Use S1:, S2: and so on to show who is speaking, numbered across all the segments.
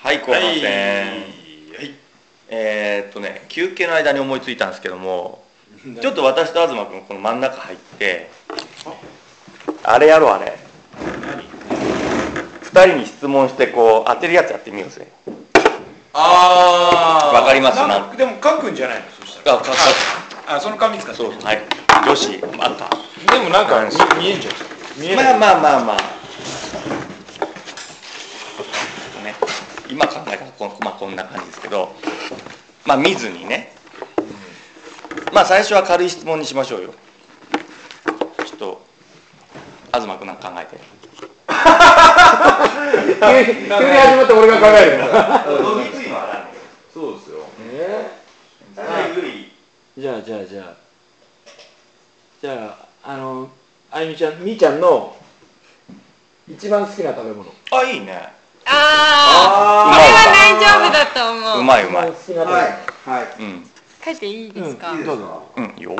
S1: はい後
S2: は
S1: 半
S2: い
S1: 戦、
S2: はい
S1: えーっとね休憩の間に思いついたんですけどもちょっと私と東君この真ん中入ってあれやろうあれ2人に質問してこう当てるやつやってみようぜ
S2: あ
S1: わかります
S2: な
S1: なん
S2: んかでも書くんじゃないのそしたら
S1: あ書く
S2: ああその紙使って
S1: そうはい女子あった
S2: でもなんか
S1: うん
S2: 見見えんじゃん見えない
S1: まあまあまあまあね今考えたらこん,、まあ、こんな感じですけどまあ見ずにねまあ最初は軽い質問にしましょうよちょっと東君なんか考えて
S3: 急に始まって俺が考えるから
S1: どぎついのは
S2: そうですよ
S3: え
S1: 何ゆるい
S3: ーじゃあじゃあじゃあじゃああのあゆみちゃんみーちゃんの一番好きな食べ物
S1: あいいね
S4: ああ、これは大丈夫だと思う。
S1: うまいうまい
S3: 好きな食べ物
S5: はい
S1: うん
S4: 書いていいですか。
S3: うんどうぞ
S1: うんいいよ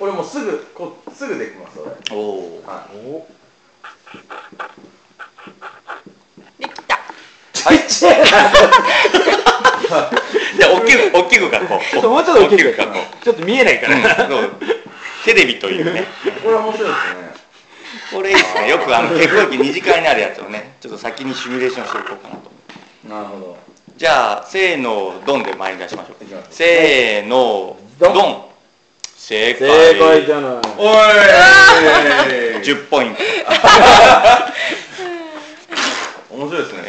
S5: 俺もうすぐこすぐできます俺
S1: おおは
S3: お
S4: できた。
S1: いじゃあ大きく大きく書こう
S3: もうちょっと大きく
S1: 大きく書こう
S3: ちょっと見えないから
S1: そうテレビというね
S5: これ面白いですね
S1: これいいですねよくあの結婚式二次会にあるやつをねちょっと先にシミュレーションしておこうかなと
S5: なるほど
S1: じゃあせーのドンで参り出しましょう
S5: いきます
S1: せーの
S3: ドン
S1: ドン正解
S3: 正解じゃない
S2: おい
S1: 10ポイント、
S5: 面白いですね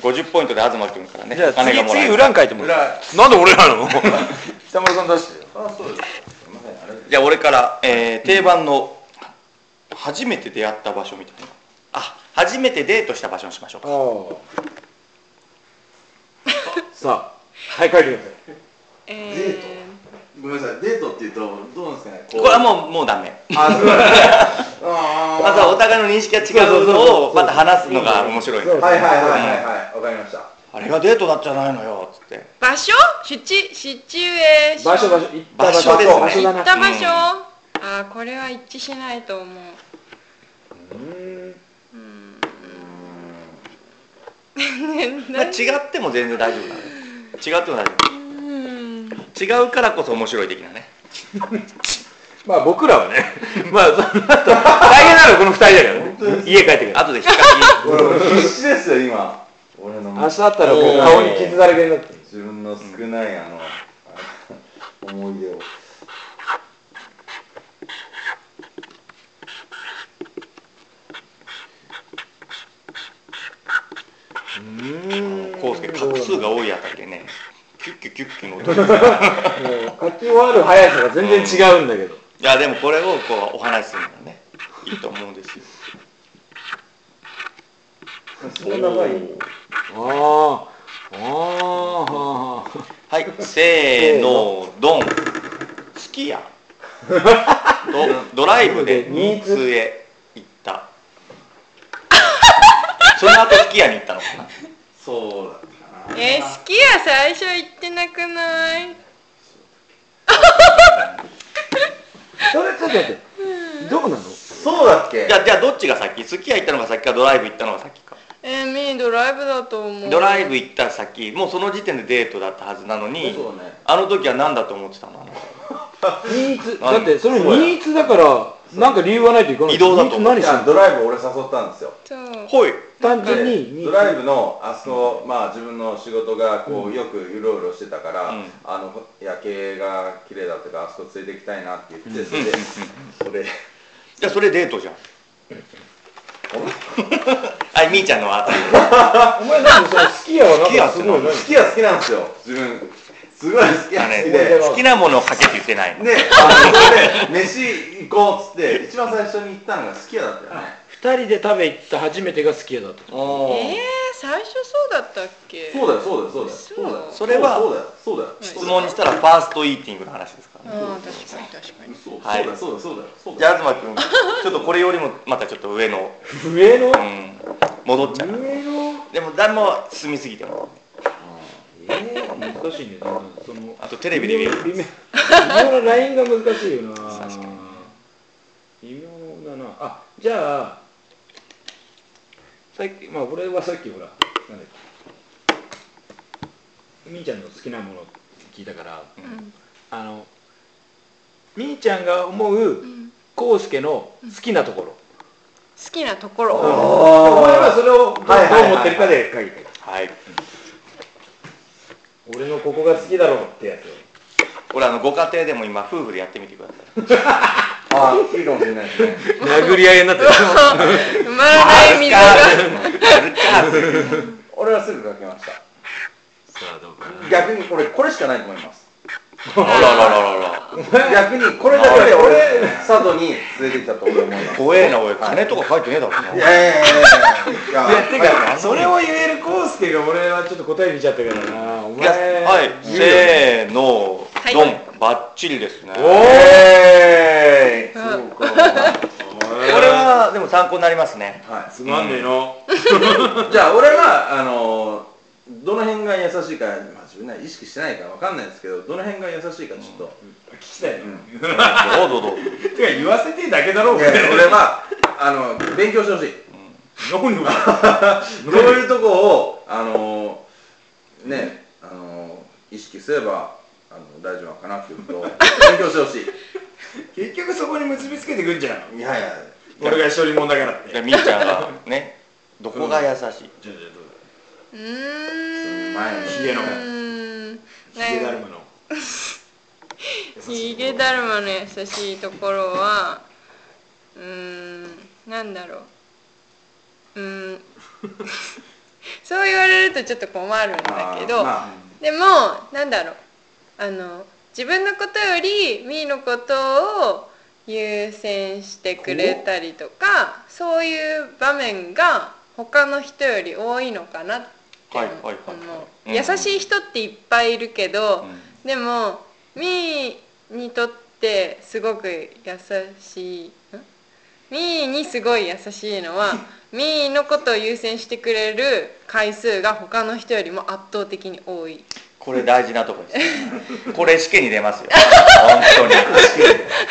S5: こ
S1: えー、50ポイントで東君からね
S3: じゃあ
S1: お金が
S3: 次
S1: もらえ
S3: 次
S1: る
S3: 裏に書いても
S5: れ
S3: らう
S5: 裏
S3: なんで俺なの
S5: 北村さん出してよあそうですすいませんあれ
S1: じゃあ俺から、えー定番の初めて出会った場所みたいなあ初めてデートした場所にしましょうか
S3: おー さあはい書いてください
S4: え
S5: ごめんなさいデートっていうとどうなんですかね
S1: これはもうもうダメ
S5: あすごいあー
S1: まずはお互いの認識が違うのをまた話すのが面白いね
S3: そうそう
S5: はいはいはいはいはいわかりました
S1: あれがデートだっじゃないのよつって
S4: ー場所？シチシチュエーション。
S3: 場所場所行った
S1: 場所ですね
S3: 場所だ
S4: 行
S3: な
S4: った場
S1: う
S4: 所。
S1: ん
S4: ああー、これは一致しないと思う。
S1: まあ、違っても全然大丈夫だね違っても大丈
S4: うん。
S1: 夫違うからこそ面白い的なね
S3: まあ僕らはね、 まあその後、大変なのはこの二人だからね。家帰ってくる。
S1: 後で引っ掛
S5: 俺もう必死ですよ今俺の
S3: 明日あったらこう
S5: おー
S3: 顔に傷だらけになってる。
S5: 自分の少ないあのあの思い出を
S1: けこうすけ画数が多いあたりでねキュッキュキュッキュの音が
S3: もう書き終わる速さが全然違うんだけど。
S1: いやでもこれをこうお話しするのがねいいと思うんですよ
S5: そんな長い
S3: ああ、ああ、
S1: はいせーのドン好き やとドライブで新津へ行 ったその後好きやに行ったのかな
S5: そうだ
S4: えー、好きや最初行ってなくない？
S3: それちょっと待って。どうなの
S5: そうだっけ
S1: じゃあじゃあどっちが先好きや行ったのが先かドライブ行ったのが先か
S4: えー、ミードライブだと思う。
S1: ドライブ行った先もうその時点でデートだったはずなのに、
S5: そうね
S1: あの時は何だと思ってたの
S3: ニーツ。
S1: あ
S3: だってそれニーツだから、なんか理由がないといけない。
S1: 移動だと
S3: ニーツ
S1: 思う
S3: 何
S5: じ
S3: した
S5: ゃあ
S3: の
S5: ドライブを俺誘ったんですよ
S4: そう。
S1: ほい
S3: 単純にニ
S5: で
S3: ー
S5: ド
S3: ツ。
S5: ライブのあそこ、まあ、自分の仕事がこう、よくうろうろしてたから、
S1: うん
S5: あの夜景が綺麗だとかあそこ連れて行きたいなって言って、それで、それ
S1: じゃあそれデートじゃん あいみーちゃんのあたりで
S3: お前なんかその好きやは
S1: 好き
S3: な
S1: や
S3: ん
S1: っ
S3: か
S1: て
S3: す
S1: なんだ
S5: 好き
S3: ごいね
S5: は好きなんですよ自分すごい好きは
S1: だ
S5: 好き
S1: ね
S5: で、
S1: 好きなものをかけって言ってないの
S5: ねあのそれで飯行こうっつって一番最初に行ったのが好きやだったよね
S3: 二人で食べ行った初めてが好きやだと。
S1: お
S4: えー、最初そうだったっけ
S5: そうだよそうだよそうだよ
S4: そう
S5: そうだよ
S1: それは
S5: そうだよそうだよ
S1: 質問にしたらファーストイーティングの話ですからね
S4: ああ確かに確かに
S5: 嘘そう
S1: は
S5: だ
S1: い
S5: よそうだよそうだよそう
S1: じ
S5: だ
S1: ゃ
S5: よ
S1: あ東君ちょっとこれよりもまたちょっと上の、
S3: 上の
S1: うん、戻っちゃう
S3: 上の
S1: でも誰も進みすぎても
S3: えー、難しいねその
S1: あとテレビで見る
S3: 微妙微妙なラインが難しいよな
S1: 確か
S3: 微妙だなあじゃあさっきまあ俺はさっきほらなんだっけみーちゃんの好きなもの聞いたから
S4: うん
S3: あのみーちゃんが思う
S4: うん
S3: こうすけの好きなところ、
S4: 好きなとこ
S3: うん
S4: ろ
S3: お前はそれをどう
S1: はいはいはい
S3: どう思ってるかで書いて
S1: はい
S3: 俺のここが好きだろうってやつ
S1: 俺あのご家庭でも今夫婦でやってみてください
S5: ああいいかもしれないですね
S3: 殴り合いになってる
S4: 埋まらない水が
S1: や るかっていう
S5: 俺はすぐ書けました
S3: さあどうかな
S5: 逆に俺これしかないと思います
S1: あららららら
S5: 逆にこれだけで俺佐渡に連れてきたと俺思います
S1: 怖えなおい金とか入ってねえだろうない
S5: やいやいやいやいや
S3: てか、それを言えるコウスケが俺はちょっと答え見ちゃったからな。お
S1: いや
S3: 前。
S1: はい、せーの、
S4: はい
S1: ドン、バッチリですね。
S3: おー
S1: こ
S5: えーそうか
S3: こ
S1: れはでも参考になりますね。
S5: はい
S3: つまんねえの。
S5: じゃあ俺はあのどの辺が優しいか、まあ、自分なり意識してないからわかんないですけどどの辺が優しいかちょっと、
S3: 聞きたいの。
S5: うん
S1: どうぞどうぞ。
S3: てか言わせてえだけだろう
S5: い
S3: が。
S5: や俺はあの勉強してほしい
S3: 飲むの
S5: どういうとこをあのねあの意識すればあの大丈夫なのかなっていうことを勉強してほしい
S3: 結局そこに結びつけてくんじゃん。
S5: いやいや
S3: 俺が一人者だからって。
S1: じゃあみーちゃんがね、どこが優しい。
S3: じゃあじゃあどうだ
S4: うーん
S5: 前の
S3: ヒゲの
S4: うん
S3: ヒゲだるまの。
S4: ヒゲだるまの優しいところはうーんなんだろううーんそう言われるとちょっと困るんだけど、
S5: まあ
S4: でもなんだろうあの自分のことよりみーのことを優先してくれたりとかそういう場面が他の人より多いのかなって思、
S1: はいうはいはいうん
S4: 優しい人っていっぱいいるけど、
S1: う
S4: でもみーにとってすごく優しいんみーにすごい優しい のはみーのことを優先してくれる回数が他の人よりも圧倒的に多い
S1: これ大事なとこですね。これ試験に出ますよ。本当に。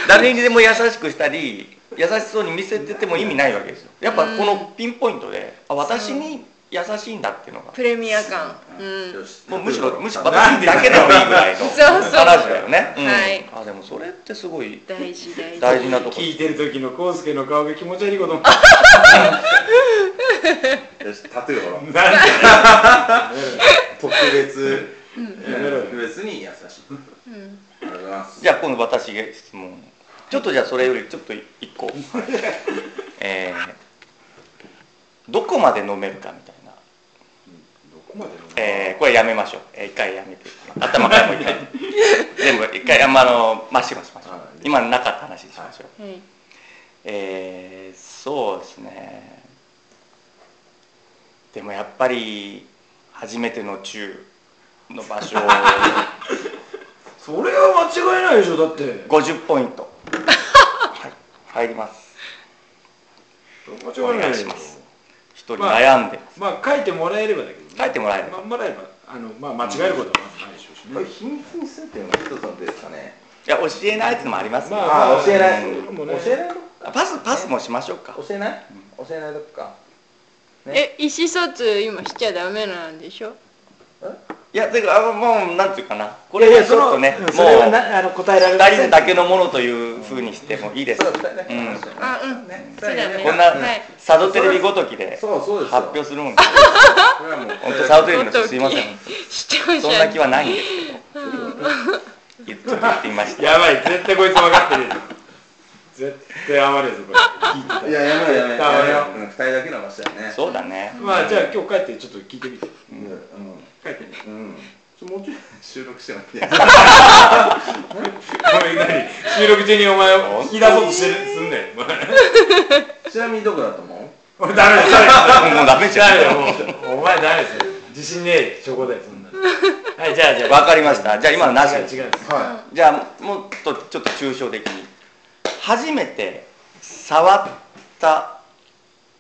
S1: 誰にでも優しくしたり、優しそうに見せてても意味ないわけですよ。やっぱこのピンポイントで、あ私に優しいんだっていうのが。
S4: プレミア感うん
S5: よし
S1: もうむしろむしろ私だけでもいいぐらいの
S4: そうそう
S1: 話だよね。うん
S4: はい
S1: あでもそれってすごい
S4: 大事大事
S1: 大事なとこ。
S3: 聞いてる時のコウスケの顔が気持ち悪 いことも。
S5: よしタトゥーほら
S3: なんで
S5: 特別
S3: やめろよ
S5: 特別に優しい
S4: うん
S5: ありがとうございます
S1: じゃあ今度私が質問。ちょっとじゃあそれよりちょっと一 個。えー、どこまで飲めるかみたいな。
S3: どこまで
S1: えー、これやめましょう。えー一回やめて。頭からもう 一回。全部一回あんまあのまっしましましょう
S5: はい。
S1: 今なかった話にしましょう。
S4: はい
S1: えー、そうですねでもやっぱり初めての中の場所
S3: それは間違いないでしょ、だって。
S1: 50ポイント、はい、入ります
S3: 間違いないでしょ。
S1: 一人悩んで、
S3: まあ書いてもらえればだけどね。
S1: 書いてもらえれば
S3: まもらえば、あの、まあ間違えることはまずないでしょうしね
S5: これ。秘密にするっていうのが一つの手ですかね
S1: いや教えないっていうのもありますよ、
S3: ま
S5: ああ教えない
S3: もうね
S5: 教えない
S1: パスパスもしましょうか
S5: 教えない教えないとこか
S4: え意思疎通今しちゃダメなんでしょ
S1: いやてかあもうなんていうかなこ
S3: いや
S1: れ
S3: いや、
S1: ち
S3: そ
S1: ょっ
S3: の
S1: とねもう
S3: それはなあの答えられま
S1: 2
S3: せ
S1: 人
S3: ん
S1: だけのものというふうにしてもいいです
S5: そ
S1: こ
S5: うだね
S1: うん
S4: あうん
S5: ね
S4: そうだね
S1: んな
S4: はい
S1: 佐渡テレビごときで
S5: そうそうですよ
S1: 発表するもんで
S5: これはもう
S1: 本当サウトリーの人すいません
S4: 視聴
S1: そんな気
S4: 者
S1: はないんですけど言っと言ってみました
S3: やばい、絶対こいつ分かってるよ。絶対余るぞ、これ。聞いてたら
S5: いややめろやめろ
S3: やめろ
S5: やめろうん二人だけの場所だよね
S1: そうだね
S3: まあ、じゃあ今日帰ってちょっと聞いてみて。
S5: うん
S3: 帰ってみて。
S5: うんちょもうちょい収録してもらって
S3: ごめん、何収録中にお前を引き出そうとしてるすんねん。お前
S5: ちなみにどこだと思う
S6: 俺ダメですダメ
S1: もうダメじゃん
S6: だよもうお前ダメですよ自信ねえ証拠だよそんなはいじゃあじゃあ
S1: わかりましたじゃあ今のなし
S6: 違う違う
S5: は
S1: じゃあもっとちょっと抽象的に初めて触った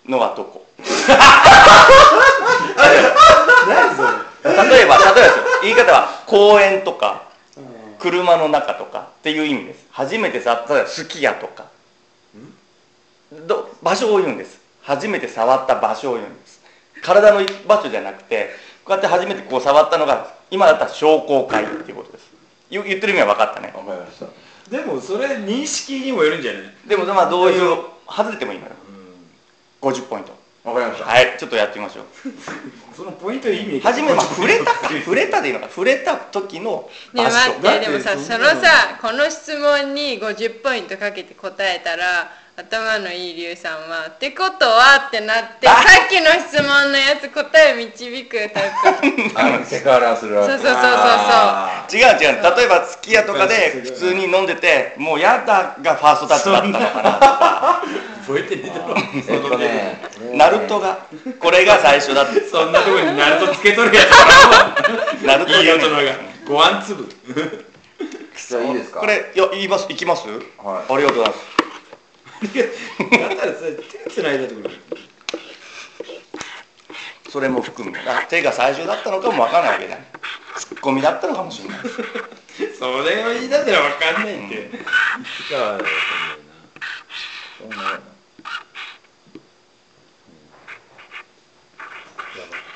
S1: のはどこ
S6: 何それ
S1: 例えば例えばですよ言い方は公園とか車の中とかっていう意味です初めて触った例えばすき家とかど場所を言うんです初めて触った場所を言うんです体の場所じゃなくてこうやって初めてこう触ったのが今だったら商工会っていうことです言言ってる意味は分かったね
S5: いわかりました
S6: でもそれ認識にもよるんじゃない
S1: でもまあどういう外れてもいいのよ50ポイント
S5: わかりました
S1: はいちょっとやってみましょう
S6: そのポイントの意味
S1: 初めて、まあ、触れたか触れたでいいのか触れた時の
S4: ね
S1: 場所
S4: 待ってでも
S6: だっ
S4: さ
S6: て
S4: そ
S6: そん
S4: の
S6: なの
S4: さこの質問に50ポイントかけて答えたら頭のいい龍さんは「ってことは?」ってなってさ
S1: あ
S4: っきの質問のやつ答え導くタイプ
S5: あのセクハラする
S4: そうそうそうそうそう
S5: あ
S1: 違う違う例えばすき家とかで普通に飲んでてもうやだがファーストタッチだ ったのかな
S6: ポイント出てる
S5: ーえっとね
S1: ナルトがこれが最初だ って
S6: そんなとこにナルトつけとるやつか
S1: ナルト
S6: らもういい大人
S1: が
S6: がご飯粒
S5: じゃあいいですか
S1: これいや言います行きます、
S5: はい
S1: ありがとうございます
S6: だったらそれ手つないだところ
S1: それも含 めな手が最初だったのかもわからないわけじゃんツッコミだったのかもしれない
S6: それを言い出せらわかんないって、いつかはわかんない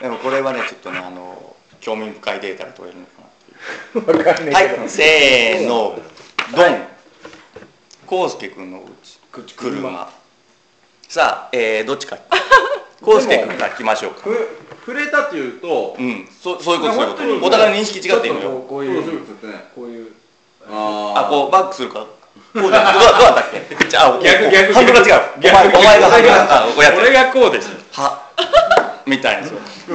S1: でもこれはねちょっとねあの興味深いデータが取れるのかな
S6: わかんないけど、
S1: はい、せーの、ドン。コウスケ君のうち、車。さあ、えー、どっち か。コウスケ君から行きましょうか。
S5: ふ触れたっていうと
S1: うん、そそういうこと、そういう
S5: 本当
S1: こ
S5: に
S1: と。お互いの認識違っていいの
S6: ちょっとこ
S1: よ。
S6: うこう
S5: そ
S6: い
S5: うそう
S6: う
S5: そうですね
S6: こういう
S5: あー
S1: あ、こう、バックするか。こうじゃんどうだどうだったっけ口あ、お
S6: 逆逆
S1: ハンドルが違う。お前、お前がハンドルが、あこうやって
S6: 俺
S1: る。
S6: がこうでしょ
S1: は、みたいな。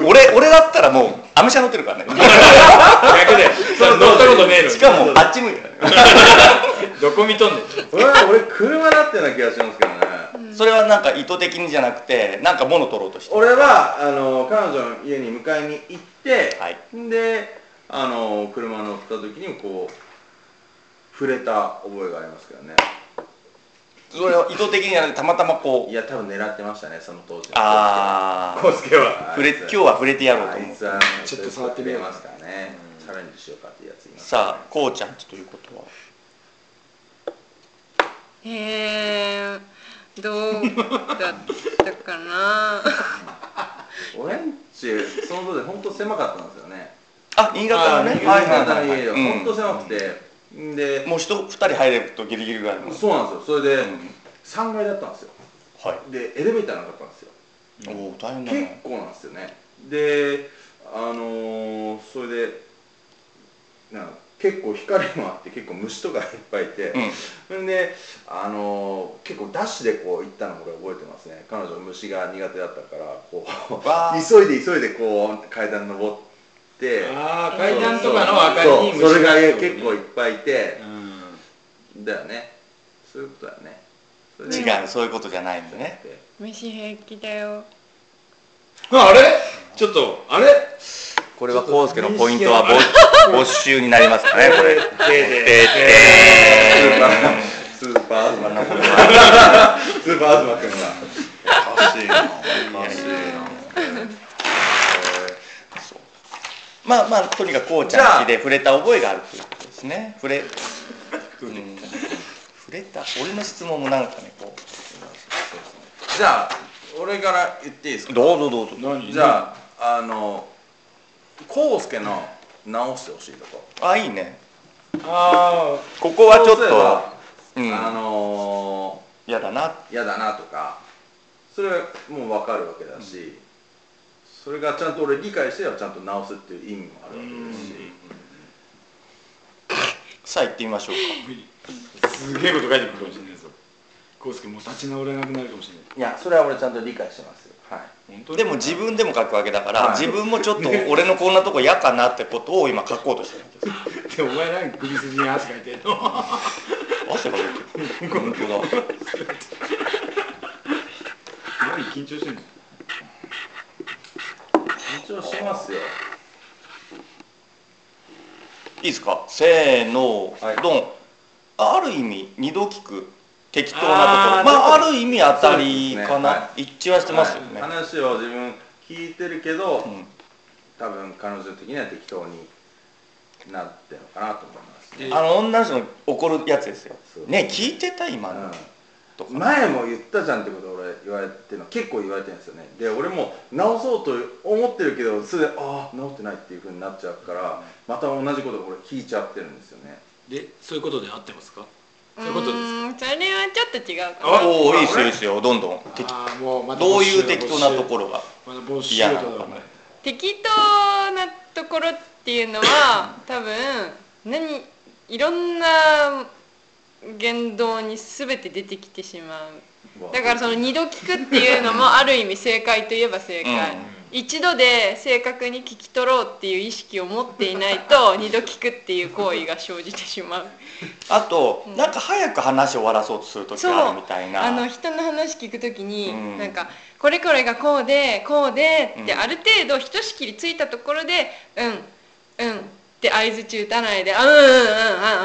S1: 俺、俺だったらもう、アメ車乗ってるからね。
S6: 逆でそれ乗ったことねえのに
S1: しかも、あっち向いてる。
S6: どこ見とんねん
S5: それは俺車だってような気がしますけどね
S1: それはなんか意図的にじゃなくて、なんか物取ろうとして。
S5: 俺はあの彼女の家に迎えに行って、
S1: はい
S5: であの車乗った時にこう触れた覚えがありますけどね
S1: それは意図的にじゃなくて、たまたまこう
S5: い。や多分狙ってましたねその当時
S1: あ
S6: コ
S1: あ
S6: ウスケは
S1: 触れ今日は触れてやろうと
S5: あ
S1: 思
S5: いうつは
S6: ちょっと触ってみよう
S5: 触れますからねチャレンジしようかっていうやついます
S1: さあこうちゃんということは
S4: えー、どうだったかな
S5: 俺んちその当時本当狭かったんですよね
S1: あ新潟のね
S6: あー新潟
S1: はいは
S5: 新潟の
S1: いはい
S5: 家が本当
S1: う
S5: 狭くて、で
S1: んもう人二人入れるとギリギリぐらいの
S5: そうなんですよそれで、
S1: うん
S5: 3階だったんですよ
S1: はい
S5: でエレベーターなかったんですよ
S1: おおー大変だ
S5: 結
S1: ね
S5: 構なんですよねであのー、それでなんか結構光もあって結構虫とかいっぱいいて、ん、で、あのー、結構ダッシュでこう行ったの俺覚えてますね彼女虫が苦手だったからこ う
S1: わあ
S5: 急いで急いでこう階段登って
S6: ああ
S4: ー階段とかの
S5: そうそうそれが結構いっぱいいて
S6: う、ん
S5: だよねそういうことだよねそれで
S1: 違うそういうことじゃないんでね
S4: 飯平気だよ
S6: ああれちょっとあれ
S1: これはコウスケのポイントは没没収になりますかねこれで
S5: スーパースーパー東君スーパー東君が
S2: おかしいなおかしい
S1: まあまあとにかくこうちゃんちで触れた覚えがあるということですね触れ、うん、触れた俺の質問もなんかねこ
S5: じゃあ俺から言っていいです
S1: う
S5: か
S1: どうぞどうぞ
S6: 何
S5: じゃああの康介の直してほしいとこ
S1: あいいね
S6: あ
S1: ここはちょっ
S5: そうすれば
S1: とうん
S5: あの
S1: 嫌だな
S5: ー嫌だなとかそれはもう分かるわけだし、それがちゃんと俺理解してはちゃんと直すっていう意味もあるわけですし、
S1: さあ行ってみましょう
S6: あ
S1: か
S6: すげえこと書いてくるかもしれないぞコウスケもう立ち直れなくなるかもしれない
S5: いやそれは俺ちゃんと理解してますよはい
S6: 本当に
S1: でも自分でも書くわけだから、
S5: はい
S1: 自分もちょっと俺のこんなとこ嫌かなってことを今書こうとしてるんです
S6: でお前なんか首筋に汗かいてんの
S1: 汗かいてる本当だ
S6: すごい
S2: 緊張してるの
S5: 緊張してますよ
S1: いですかせーの、
S5: はい
S1: ドンある意味二度聞く適当なこと
S6: あー
S1: ま
S6: な
S1: あ
S6: る
S1: ある意味当たりかな、
S5: そ
S1: 一致はしてますよね、
S5: はい話を自分聞いてるけど、
S1: うん
S5: 多分彼女的には適当になってるのかなと思いますね、
S1: あの女の人の怒るやつですよ
S5: そう
S1: ね聞いてた今の、と
S5: う
S1: か
S5: ん、前も言ったじゃんってこと俺言われてるの結構言われてるんですよねで俺も直そうと思ってるけどすでにああ直ってないっていうふうになっちゃうからまた同じこと俺聞いちゃってるんですよね
S3: でそういうことで合ってますか
S4: う
S3: そういうことです
S4: ーんそれはちょっと違うかな
S1: おおいいですよいいですよどんどん適
S3: あーもうまた
S1: どう
S3: 没収
S1: いう適当なところが
S3: 没収まだ没収
S1: 嫌な
S3: と
S1: の
S3: だ
S1: か
S3: もん
S1: な
S3: ね
S4: 適当なところっていうのは多分何いろんな言動に全て出てきてしまうだからその二度聞くっていうのもある意味正解といえば正解、
S1: うん
S4: 一度で正確に聞き取ろうっていう意識を持っていないと二度聞くっていう行為が生じてしまう
S1: あと、
S4: うん
S1: なんか早く話を終わらそうとする時があるみたいな
S4: あの人の話聞くときに、
S1: うん
S4: なんかこれこれがこうでこうでって、
S1: うん
S4: ある程度ひとしきりついたところでうんうんって相づち打たないであうんうんうんう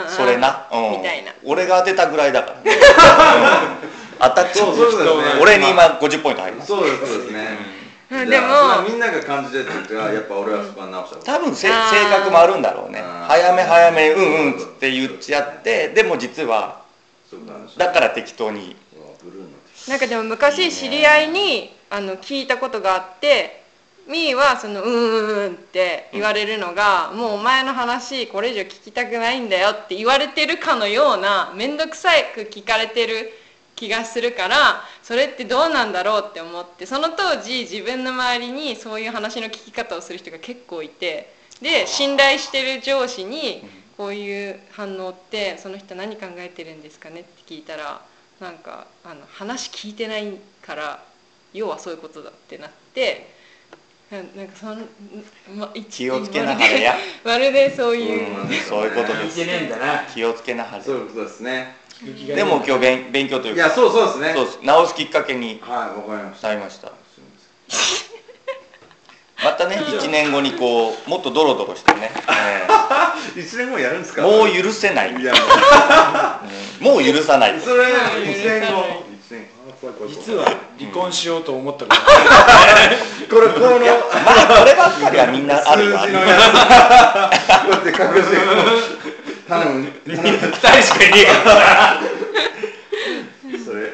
S4: んうん
S1: それな、うん、
S4: みたいな
S1: 俺が当てたぐらいだから、 ね、うん当たっちゃう
S5: そうそうですね
S1: 俺に今50ポイント入ります
S5: そうですそうですね、
S4: うん
S5: じ
S4: で
S5: ゃ
S4: も
S5: あまあみんなが感じてる時はやっぱ俺はそこは直した方がい
S1: 多
S5: い
S1: 分せ性
S4: あー
S1: 格もあるんだろうね
S5: あー
S1: 早め早めうんうんつって言っちゃってでも実は
S5: そういうことなんでしょう
S1: だから適当に
S5: うわブルーの T
S4: なんかでも昔知り合いにあの聞いたことがあってみーはその「うんうんうん」って言われるのが、もうお前の話これ以上聞きたくないんだよって言われてるかのような面倒くさく聞かれてる気がするからそれってどうなんだろうって思ってその当時自分の周りにそういう話の聞き方をする人が結構いてで信頼してる上司にこういう反応ってその人何考えてるんですかねって聞いたらなんかあの話聞いてないから要はそういうことだってなってななんかその、んま、一
S1: 気をつけなはれや
S4: まるでそういう、
S5: うん
S1: そういうこと
S6: 聞
S1: で
S6: いて
S1: す
S6: ねえんだな
S1: 気をつけなはれ
S5: そういうことですね
S3: 聞く気が
S1: でも今日勉勉強という
S5: い
S1: か
S5: やそうそうですね
S1: そうです直すきっかけに
S5: はいわかりました
S1: なりま したまたね1年後にこうもっとドロドロしてね、
S5: 一年後やるんです
S1: えー
S5: か
S1: もう許せない
S5: いや
S1: もう許さない
S5: それ
S4: はい
S5: 一年後
S4: はい
S5: 一年後あ怖い怖い怖い
S3: 実は離婚しようと思ったこ
S5: これこの
S1: いやまあこればっかりはみんなあるよ
S5: 数字のやつこうやって隠 して 頼む頼む
S3: と大しかいねえから
S5: それあ怖い怖い怖い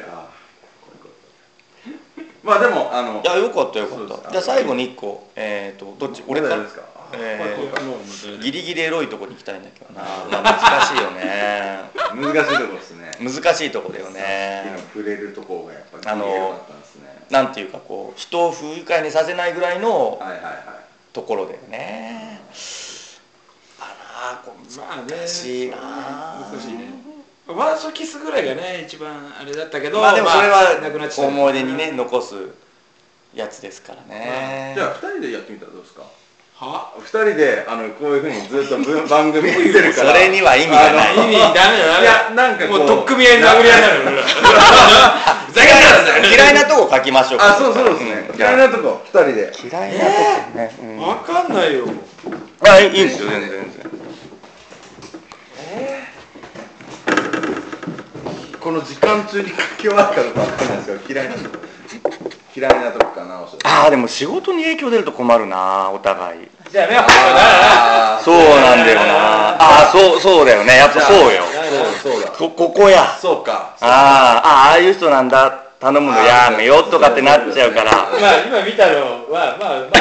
S5: まあでもあの
S1: いやよかったよか
S5: そうです
S1: った
S5: か
S1: じゃあ最後に1個えっ、とどっち俺か
S5: ま
S1: ら
S5: だやるんですかあ
S1: えー
S3: もうもうそれで
S1: ギリギリエロいとこに行きたいんだけどな、まあ、難しいよね
S5: 難しいとこですね
S1: 難しいとこだよ
S5: さっき
S1: ね
S5: の触れるとこがやっぱり
S1: あの
S5: よかったんですね
S1: なんていうかこう人を不愉快にさせないぐらいの
S5: はいはいはい
S1: ところだよねあらこ
S3: まあね
S1: 難しいなあ
S3: 難しいねワーストキスぐらいがね一番あれだったけど
S1: まあでもそれ
S3: まあなくなっ
S1: は
S3: ちゃった
S1: 思い出にね残すやつですからね
S5: じゃあ二人でやってみたらどうですか
S3: は
S5: 二人であのこういうふうにずっとぶ番組やってる
S1: そ
S5: から
S1: れには意味がない
S3: 意味ダメだ
S5: いや
S3: ダ
S5: なんか
S3: メだ
S5: こう
S3: もう取っ組み合いに殴り合いになる俺らふざけんなよ
S1: 嫌いなとこ書きましょう
S5: あそうそうですね嫌いなとこ二人で
S1: 嫌いなとこね、うん
S3: わかんないよ
S1: あいいですよ全然全然
S5: この時間中に書き終わったのか分かんないですけど嫌いなとこ嫌いなとこか直して
S1: ああでも仕事に影響出ると困るなお互い
S3: じゃあね
S5: あ
S1: そうなんだよなああそうそうだよねやっぱそうよ
S5: そうそうだ
S1: こここや
S5: そうか
S1: あああああいう人なんだ頼むのやめようとかってなっちゃうから
S3: まあ今見たのはまあまあまあま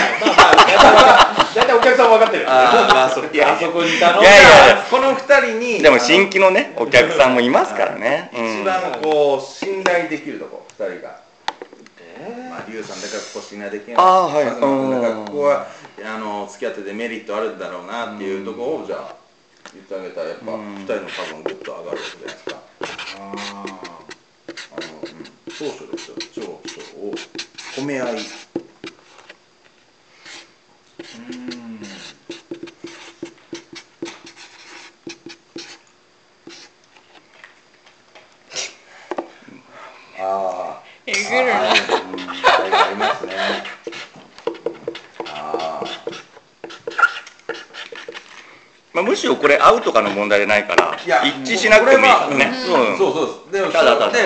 S3: あ大体お客さん分かってるよあ
S5: あーまあそっか
S3: そこに頼んだ
S1: いやいやいや
S5: この二人に
S1: でも新規のねお客さんもいますからね、う
S5: 一
S1: ん、
S5: 番こう信頼できるとこ二人がまあリュウさんだからここ信頼できない
S1: あーはい
S5: カズマ君だから
S1: うん
S5: ここはあの付き合っててメリットあるんだろうなっていうとこをじゃあ言ってあげたらやっぱ
S1: うん
S5: 二人の多分グッと上がるわけじゃないですかあの、うん、当初ですよ長所を褒め合いああ
S4: えぐるな
S5: うん
S1: まあ、むしろこれ合うとかの問題じゃないから
S5: いや
S1: 一致しなくてもいいからね
S4: これは
S5: そうそうです。でも、
S1: ただただ
S5: で、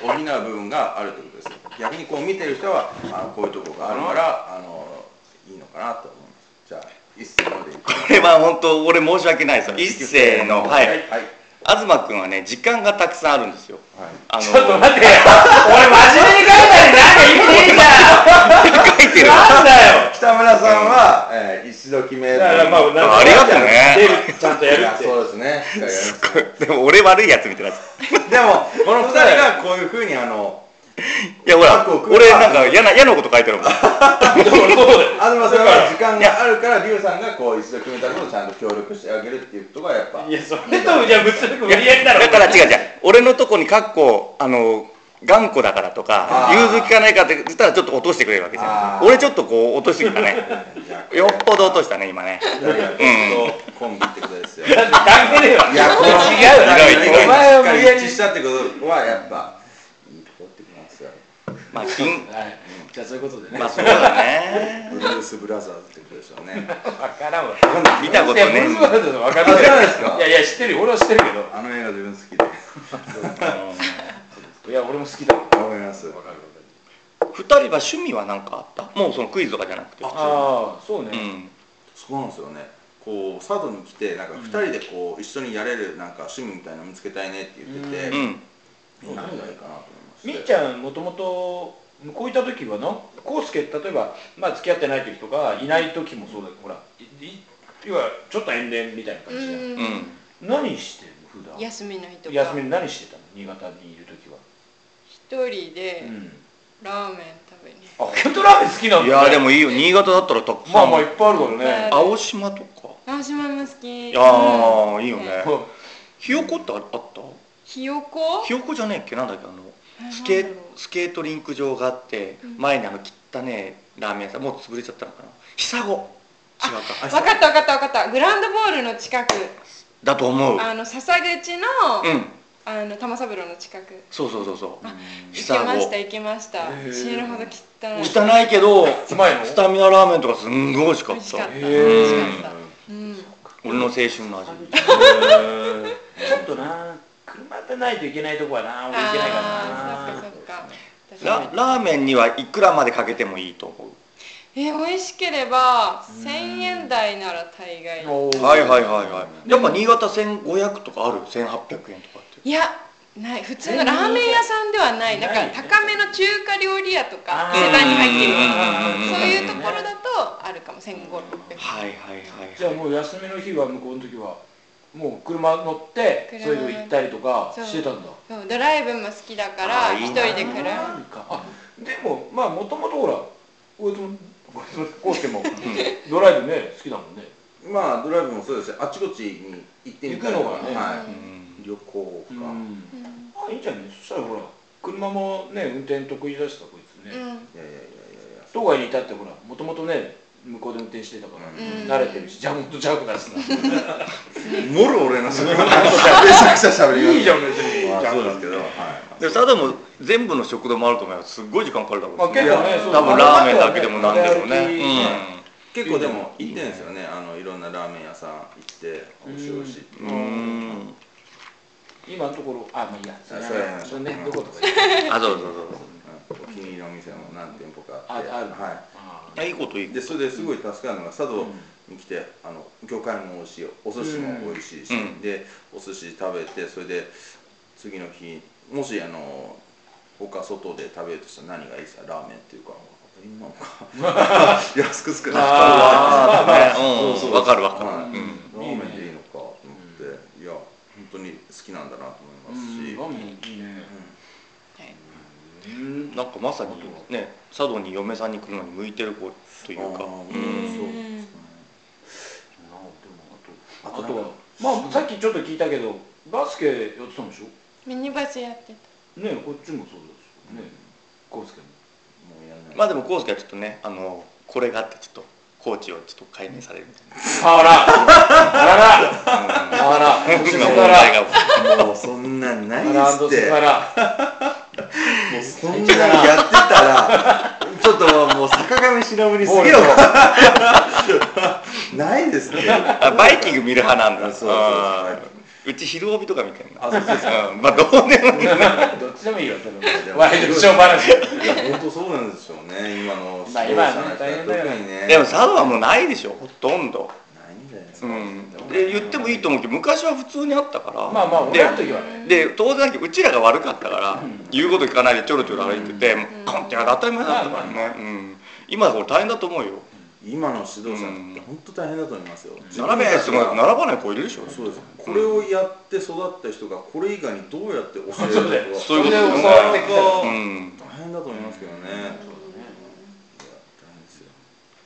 S5: 二人で補う部分があるってことです。逆にこう見てる人は、あのこういうところがあるから、あの、いいのかなと思います。じゃあ、一斉のでいい
S1: こ
S5: か。
S1: れは本当俺申し訳ないですよ一斉のは
S5: はい
S1: い。
S5: はい。
S1: 東君はね時間がたくさんあるんですよあの
S3: ちょっと待ってよ俺真面目に考えてなんか言っ
S1: 書
S3: ていいじゃ
S1: いてる
S3: んなんだよ
S5: 北村さんは、えー一度決める。
S3: だからまあなんか
S1: ありがとう
S3: 出
S1: ね
S3: るちゃんと
S5: い
S3: やる
S5: や
S3: って
S5: そうですね。一回やります
S1: で
S5: ね
S1: も俺悪いやつみたいな
S5: でも、この
S3: 二
S5: 二
S3: 人
S5: 人
S3: が
S5: がこういうふうに、あの、
S1: いやほら
S5: 過去を食う
S1: 俺なんか嫌な嫌なこと書いてるもん
S5: 東さんは時間があるから、龍さんがこう、一度決めたことをちゃんと協力してあげるっていうことが、やっぱ。
S3: いやそれとじゃあ結び無理やりだろ
S1: だから違う違う俺のとこにカッコあの頑固だからとか
S5: あー
S1: 融通きかないかって言ったらちょっと落としてくれるわけじゃん
S5: あー
S1: 俺ちょっとこう落としてきたね よっぽど落としたね今ね
S5: いやいや、本当コンビってことですよ。
S3: だって関係ねえわ
S5: いや、これ
S3: 違うわ
S1: 違う違う
S5: お前を無理やり一致したってことは、やっぱ、いいとこってきますよ。
S1: まあ金
S6: はい、じゃあそういうことでね、
S1: まあそうだね
S5: ブルース・ブラザーズってことでしょうね。
S3: わからんわ
S1: 見たこと
S3: いやブルースバ
S1: ね
S3: ードのわからん
S5: わからないですか
S3: いやいや知ってるよ俺は知ってるけど
S5: あの映画自分好きで。
S3: いや俺も好きだわ
S5: わかります。
S1: 二人は趣味は何かあったもうそのクイズとかじゃなくて
S3: ああそうね
S1: うん
S5: そうなんですよね。こう佐渡に来てなんか二人でこう一緒にやれるなんか趣味みたいなの見つけたいねって言ってて、
S1: うん
S5: 何がいいかなと思いまして。
S3: みーちゃんもともと向こういた時はなコウスケ例えば、まあ、付き合ってない時とかいない時もそうだけどほらいい要はちょっと遠恋みたいな
S4: う
S3: 感じで、
S1: うんん
S3: 何してるの普段
S4: 休みの日とか
S3: 休みに何してたの新潟にいる時は、
S4: 一人で
S3: うん、
S4: ラーメン食べに
S3: あ本当ラーメン好きなんだ
S1: いやでもいいよ新潟だったらたく
S3: ま
S1: さ
S3: あまあいっ
S1: ん
S3: ぱいあるからね
S1: 青島とか
S4: 青島も好きうん
S1: ああいいよね
S3: うん
S1: ひよこってあった
S4: ひよこ
S1: ひよこじゃねえっけなんだっけあの
S4: え
S1: スケ
S4: なん
S1: ー
S4: だろう
S1: スケートリンク場があって、
S4: うん
S1: 前にあの汚ねえラーメン屋さんもう潰れちゃったのかな久子違うか
S4: わかったわかったわかったグランドボールの近く
S1: だと思う
S4: あの笹口の,、
S1: うん
S4: あの玉三郎の近く
S1: そうそうそうそう
S4: 行きました
S1: 汚
S4: 行きました
S3: へー
S4: 死ぬほど汚い
S1: いけど
S3: うまいの
S1: スタミナラーメンとかすんごい美味しか
S4: 美
S1: っ
S4: 味しかったた
S3: へ
S4: 美
S3: ー
S4: 味しかったうん
S1: 俺の青春の味
S3: ちょっとな車でないといけないとこはな俺行けないか
S4: あーそ
S3: ら
S4: っ
S3: な
S4: かそっか確かに
S1: ララーメンにはいくらまでかけてもいいと思う
S4: えー美味しければ1000円台なら大概
S3: おー
S1: はいはいはいはいやっぱ新潟1500とかある1800円とかって
S4: いやない普通のラーメン屋さんではない
S3: な
S4: ないん
S3: ね
S4: か高めの中華料理屋とか
S3: あー
S4: 世代に入ってる
S1: うんうんうんうん
S4: そういうところだとあるかも1500
S1: はいはい
S3: じゃあ
S1: はい
S3: もう休みの日は向こうの時はもう車乗って
S4: 車
S3: そういうの行ったりとか
S4: そう
S3: してたんだ
S4: そうドライブも好きだか
S1: あ
S4: ら
S1: ーいい
S4: 一人
S1: な
S4: で来る
S3: なんかあでもまあもともとほら俺と俺とコウスケもドライブね好きだもんね
S5: まあドライブもそうですし、あっちこっちに行ってみたいな
S3: 行くのがね
S5: は
S1: うん
S5: い、旅行
S3: う
S5: か、
S3: ん
S4: うん
S3: あいいんじゃないそしたらほら車もね運転得意だしさこいつ
S4: う
S3: ね
S4: ん
S5: いやいやいやいやいや。
S3: 当該に至ってほらもともとね向こうで運転してたから、
S4: うん
S3: 慣れてるしジャムとジャグだしな
S5: もろ俺のそれ めちゃくちゃ喋ります
S3: いいじゃん別に
S5: まあ
S3: ジャ
S5: そう
S3: ム
S5: で
S3: だ
S5: す
S3: し
S5: けど、はい。
S1: で佐渡も全部の食堂もあると思うよすっごい時間かかるだろうし
S3: まあ結構ね
S5: いや
S3: そう
S1: 多分ラーメンだけでもなんでもね、
S5: 結構でも行ってんですよね。あのいろんなラーメン屋さん行って美味しい美味しいって。
S1: うんうん
S3: 今のところあまあいいやそれ
S5: あそれ
S3: はそれね
S5: うん
S3: どことかいい
S1: あそうそうそう
S5: お気に入りのお店も何店舗かあ
S3: ああ
S5: って
S3: る
S5: は
S3: あ
S1: あいいこといい
S5: い、でそれですごい助かるのが佐
S3: ー
S5: 渡に来てあの魚介も美味しいよお寿司も美味しいし、
S1: うん
S5: でお寿司食べてそれで次の日もしあの他外で食べるとしたら何がいいですかラーメンっていうか今のか安く作る
S3: あーまあまあ
S1: うんわかるわかる
S5: はい
S3: うん
S5: ラーメンでいいのかと思って、いや本当に好きなんだなと
S3: う
S5: 思いますし、
S3: んラーメンいいねうん
S1: なんかまさにね佐渡に嫁さんに来るのに向いてる子というかうん
S5: あーそう
S3: あとはまあさっきちょっと聞いたけどバスケやってたんでしょ
S4: ミニバスやって
S3: ねこっちもそうですよねコウスケも
S5: もうやらない
S1: まあでも康介はちょっとねあのこれがあってちょっとコーチをちょっと解明されるみたいな
S3: あら あらあらあら
S1: 今問題が
S5: もうそんなんない
S3: あ
S5: っ
S3: ら
S5: すって
S3: あら
S5: もうそんなんやってたらちょっともう坂上忍にすげえよないですね
S1: あバイキング見る派なんだ
S5: あそうそう
S1: あーうち昼帯とか見てんな
S5: あそうです
S1: うんまあどうでもいいな
S3: どっちでもいいよ、そ
S5: で
S3: れ
S5: も
S3: ワイドショー話。
S5: いや本当そうなんですよね今の
S3: まあ
S5: 視聴者
S3: 今は
S5: の
S3: ね
S5: 人
S3: 大変だよ
S5: 特にね
S1: でも佐渡はもうないでしょほとんど、
S5: ないんじゃないです
S1: う
S5: か、
S1: ん、で言ってもいいと
S5: 思
S1: 思うけど昔は普通にあったから
S3: まあまあ、俺らの時はね。
S1: でで当然だけどうちらが悪かったから
S3: ん
S1: 言うこと聞かないでちょろちょろ歩いててもう
S4: うん
S1: コンってやる当たり前だったからね、うん、今これ大変だと思うよ
S5: 今の指導者
S1: うん
S5: って本当大変だと思いますよ、
S1: 並べやつも並ばない子いるでしょ
S5: そうですこれをやって育った人がこれ以外にどうやって教えるのか
S3: そうだよ
S1: そういうことだよね
S5: なかな
S1: う
S5: か
S1: ん
S5: 大変だと思いますけどね、いや大変ですよ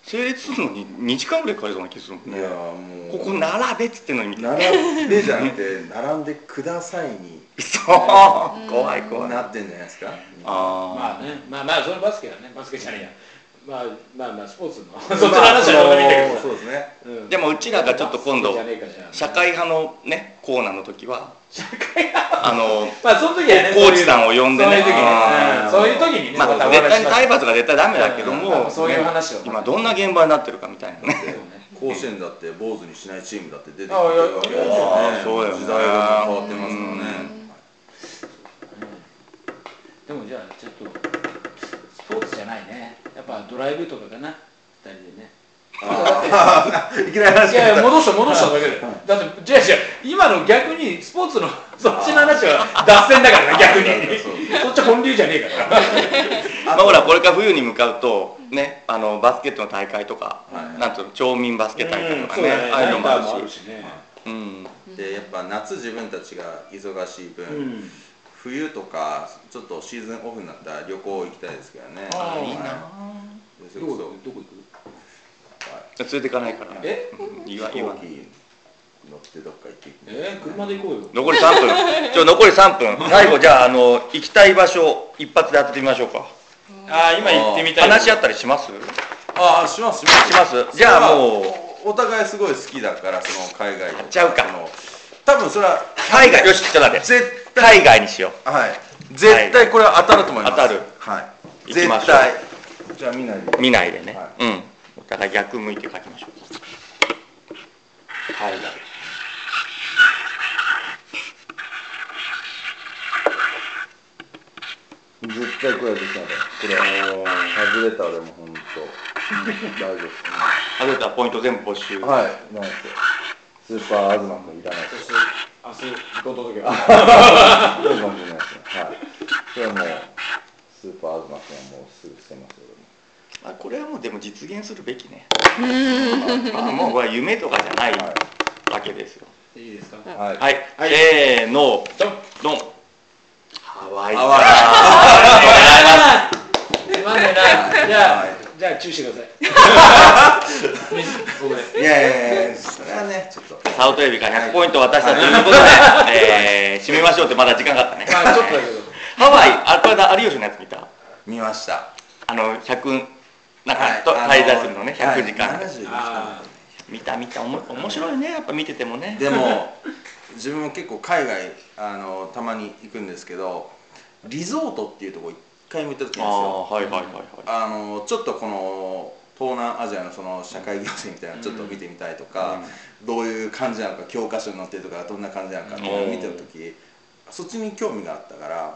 S1: 整列するのに2時間ぐらいかかりそうな気するもん
S5: いや
S1: ね
S5: もう
S1: ここ並べっつってんのにみたいな
S5: 並んでじゃなくて並んでくださいに
S1: そう怖い怖い
S5: なってんじゃないですか
S1: あ
S3: まあね、まあまあ、それバスケだね。バスケじゃねえや。まあまあまあ、スポーツの。そ
S5: そ
S3: っちの話はどうでもいいんだけどさ
S5: そうですね
S3: うん
S1: でもうちらがちょっと今度
S3: バスケじゃねえかじゃあ
S1: 社会派のねコーナーの時はあの
S3: まあその時はね
S1: コーチさんを呼んでね
S3: そういう時にねそういう時にね
S1: ま
S3: また
S1: あ
S3: お
S1: 絶
S3: 話
S1: 対
S3: し
S1: に
S3: まし
S1: 体罰が絶対ダメだけど
S3: うんま
S1: も
S3: あそういう話を
S1: 今どんな現場になってるかみたい なね
S5: 甲子園だって坊主にしないチームだって出てきてる
S3: あいや
S5: わけですよね
S1: あそうだよね
S5: 時代が変わってますからね
S3: でもじゃあちょっとスポーツじゃないねやっぱドライブとかかな二人でね
S5: いきなり
S3: いやいや戻した戻しただけでだって違う違う今の逆にスポーツの そっちの話は脱線だからね逆に
S5: そう
S3: そっち本流じゃねえか ら
S1: まあほらこれから冬に向かうとねあのバスケットの大会とか
S5: はい
S1: なんと町民バスケ大会とか
S3: そう
S1: ね
S3: だね
S1: ああいうのも
S3: ナイターも
S1: あ
S3: あ
S1: る
S3: る
S1: し
S3: しね
S1: うん
S5: でやっぱ夏自分たちが忙しい分、
S3: うん
S5: 冬とかちょっとシーズンオフになったら旅行行きたいですけどね
S3: あーいいな
S5: はいそれ
S3: ど
S5: こ
S3: こ
S5: そ
S3: 行くどこ行く
S1: 連れていかないから
S3: え
S1: うん言わ
S5: 飛
S1: 言わ
S5: 行
S1: ない
S5: 機乗ってどっか行っていく
S3: えー車で行こうよ
S1: 残り3分 ちょ残り3分最後じゃああの行きたい場所一発で当ててみましょうか
S3: ああ今
S5: 行って
S3: み
S1: 話し合ったりしますし
S5: ああしますします
S1: ますじゃあもう
S5: お互いすごい好きだからその海外
S1: っちゃうか
S5: その多分それは
S1: 海外よしちょっと待って
S5: 絶
S1: 海外にしよう
S5: はい絶対これは当たると思います
S1: 当たる
S5: はい
S1: 行きま
S5: 絶
S1: しょう
S5: 対じゃあ見ないで
S1: 見ないでね、
S5: は
S1: うんお互い逆向いて書きましょう海外
S5: 絶対これはできないこれあのー外れた俺も本当大丈
S1: 外れたポイント全部没収、
S5: 夫はいなんてスーパー東君いらないです
S3: 明日行こう届け
S5: 東君いらないですはいそれはもうスーパー東君はもうすぐ捨てますよ
S1: あこれはもうでも実現するべき ねまあもうこれは夢とかじゃないわけですよ
S3: いいですか
S5: 俺もはい
S1: はい、せーのドンドンハワイか
S3: つまんねえなじゃあ
S5: はい
S3: じゃあ注意してくださいミス僕ね
S5: いやいやいやそれはねちょっと
S1: サウトエビから100ポイント渡したということで、 えー、締めましょうってまだ時間があったね
S3: まあちょっとだけど
S1: ハワイあこれだ有吉のやつ見た
S5: 見ました
S1: あの100なんか、
S5: はい
S1: と
S5: あの
S1: 滞在するのね100時間、
S5: はい72時間
S3: あ
S1: 見た見たおも面白いねやっぱ見ててもね
S5: でも自分も結構海外あのたまに行くんですけどリゾートっていうところ一回も行った時
S1: あ
S5: ないんですよ
S1: ーはいはいはいはい
S5: あのちょっとこの東南アジアのその社会行政みたいなのちょっと見てみたいとか、どういう感じなのか教科書に載ってるとかどんな感じなのかっていうのを見てる時そっちに興味があったから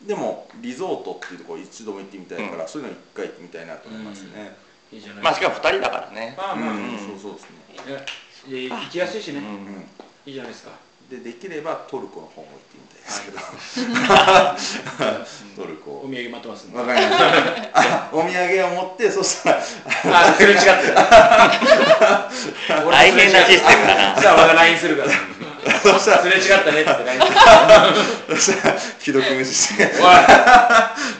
S5: でもリゾートっていうところ一度も行ってみたいから、そういうの一回行ってみたいなと思いますね、
S3: ーいいじゃない
S1: まあしかも2人だからね
S3: まあまあ
S5: うん
S1: うん
S5: そうそうですね、
S3: ねで行きやすいしね
S1: うん
S3: いいじゃないですか
S5: でできればトルコの方も行ってみたいですけど、 トル
S3: お
S5: コ
S3: 土産待ってますんで
S5: わかりましたあお土産を持ってそしたら
S3: あすれ違ってる
S1: 大変なシステムだな
S3: じゃあまた LINE するから
S5: そしたら
S3: すれ違ったねって LINE する
S5: そしたら既読無視して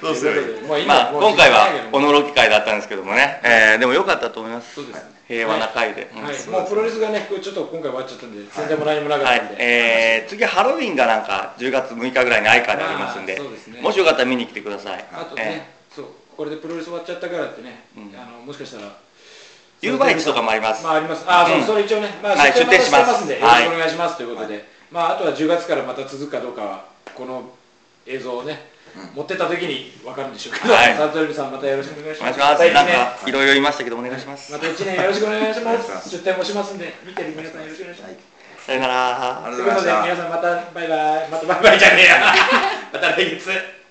S5: どうすればいい
S3: おい
S1: まあ今回はお
S3: も
S1: の
S3: ういいんだよもう
S1: ろき会だったんですけどもね、えーでも良かったと思います
S3: そうですね
S1: 平和な会で、うん
S3: はいもうプロレスがねこれちょっと今回終わっちゃったんで全然も何もなか
S1: は
S3: った
S1: い
S3: んで
S1: えー次ハロウィンがなんか10月6日ぐらいに愛花でありますんで
S3: あーそうですね
S1: もしよかったら見に来てください
S3: あとね、そう、これでプロレス終わっちゃったからってね、
S1: うん
S3: あのもしかしたら、
S1: えー遊売地とかもあります、
S3: まああります、あ、
S1: う
S3: そ
S1: ん
S3: う、それ一応ね、まあ
S1: はい
S3: 出
S1: 出
S3: 店
S1: 店します
S3: まんで、よろ
S1: は
S3: し
S1: い
S3: くお願いしますということで、まああとは10月からまた続くかどうかは、この映像をね、持ってった時に分かるんでしょうけど、
S1: はい
S3: サントリーさんまたよろしくお願いし
S1: お願
S3: ま
S1: い
S3: す
S1: します。
S3: 一
S1: なん
S3: 年
S1: かいろいろ言いましたけどお願いします。
S3: また一年よろしくお願いしま
S5: お願いします
S3: す出店もしますんで見てる皆さんよろしくお願いします、
S1: さよなら
S5: ありが
S3: と
S5: と
S3: いうう
S5: ござい
S3: こ
S5: まし
S3: と
S5: た
S3: で 皆さんまたバイバイまたバイバイじゃねえやまた来月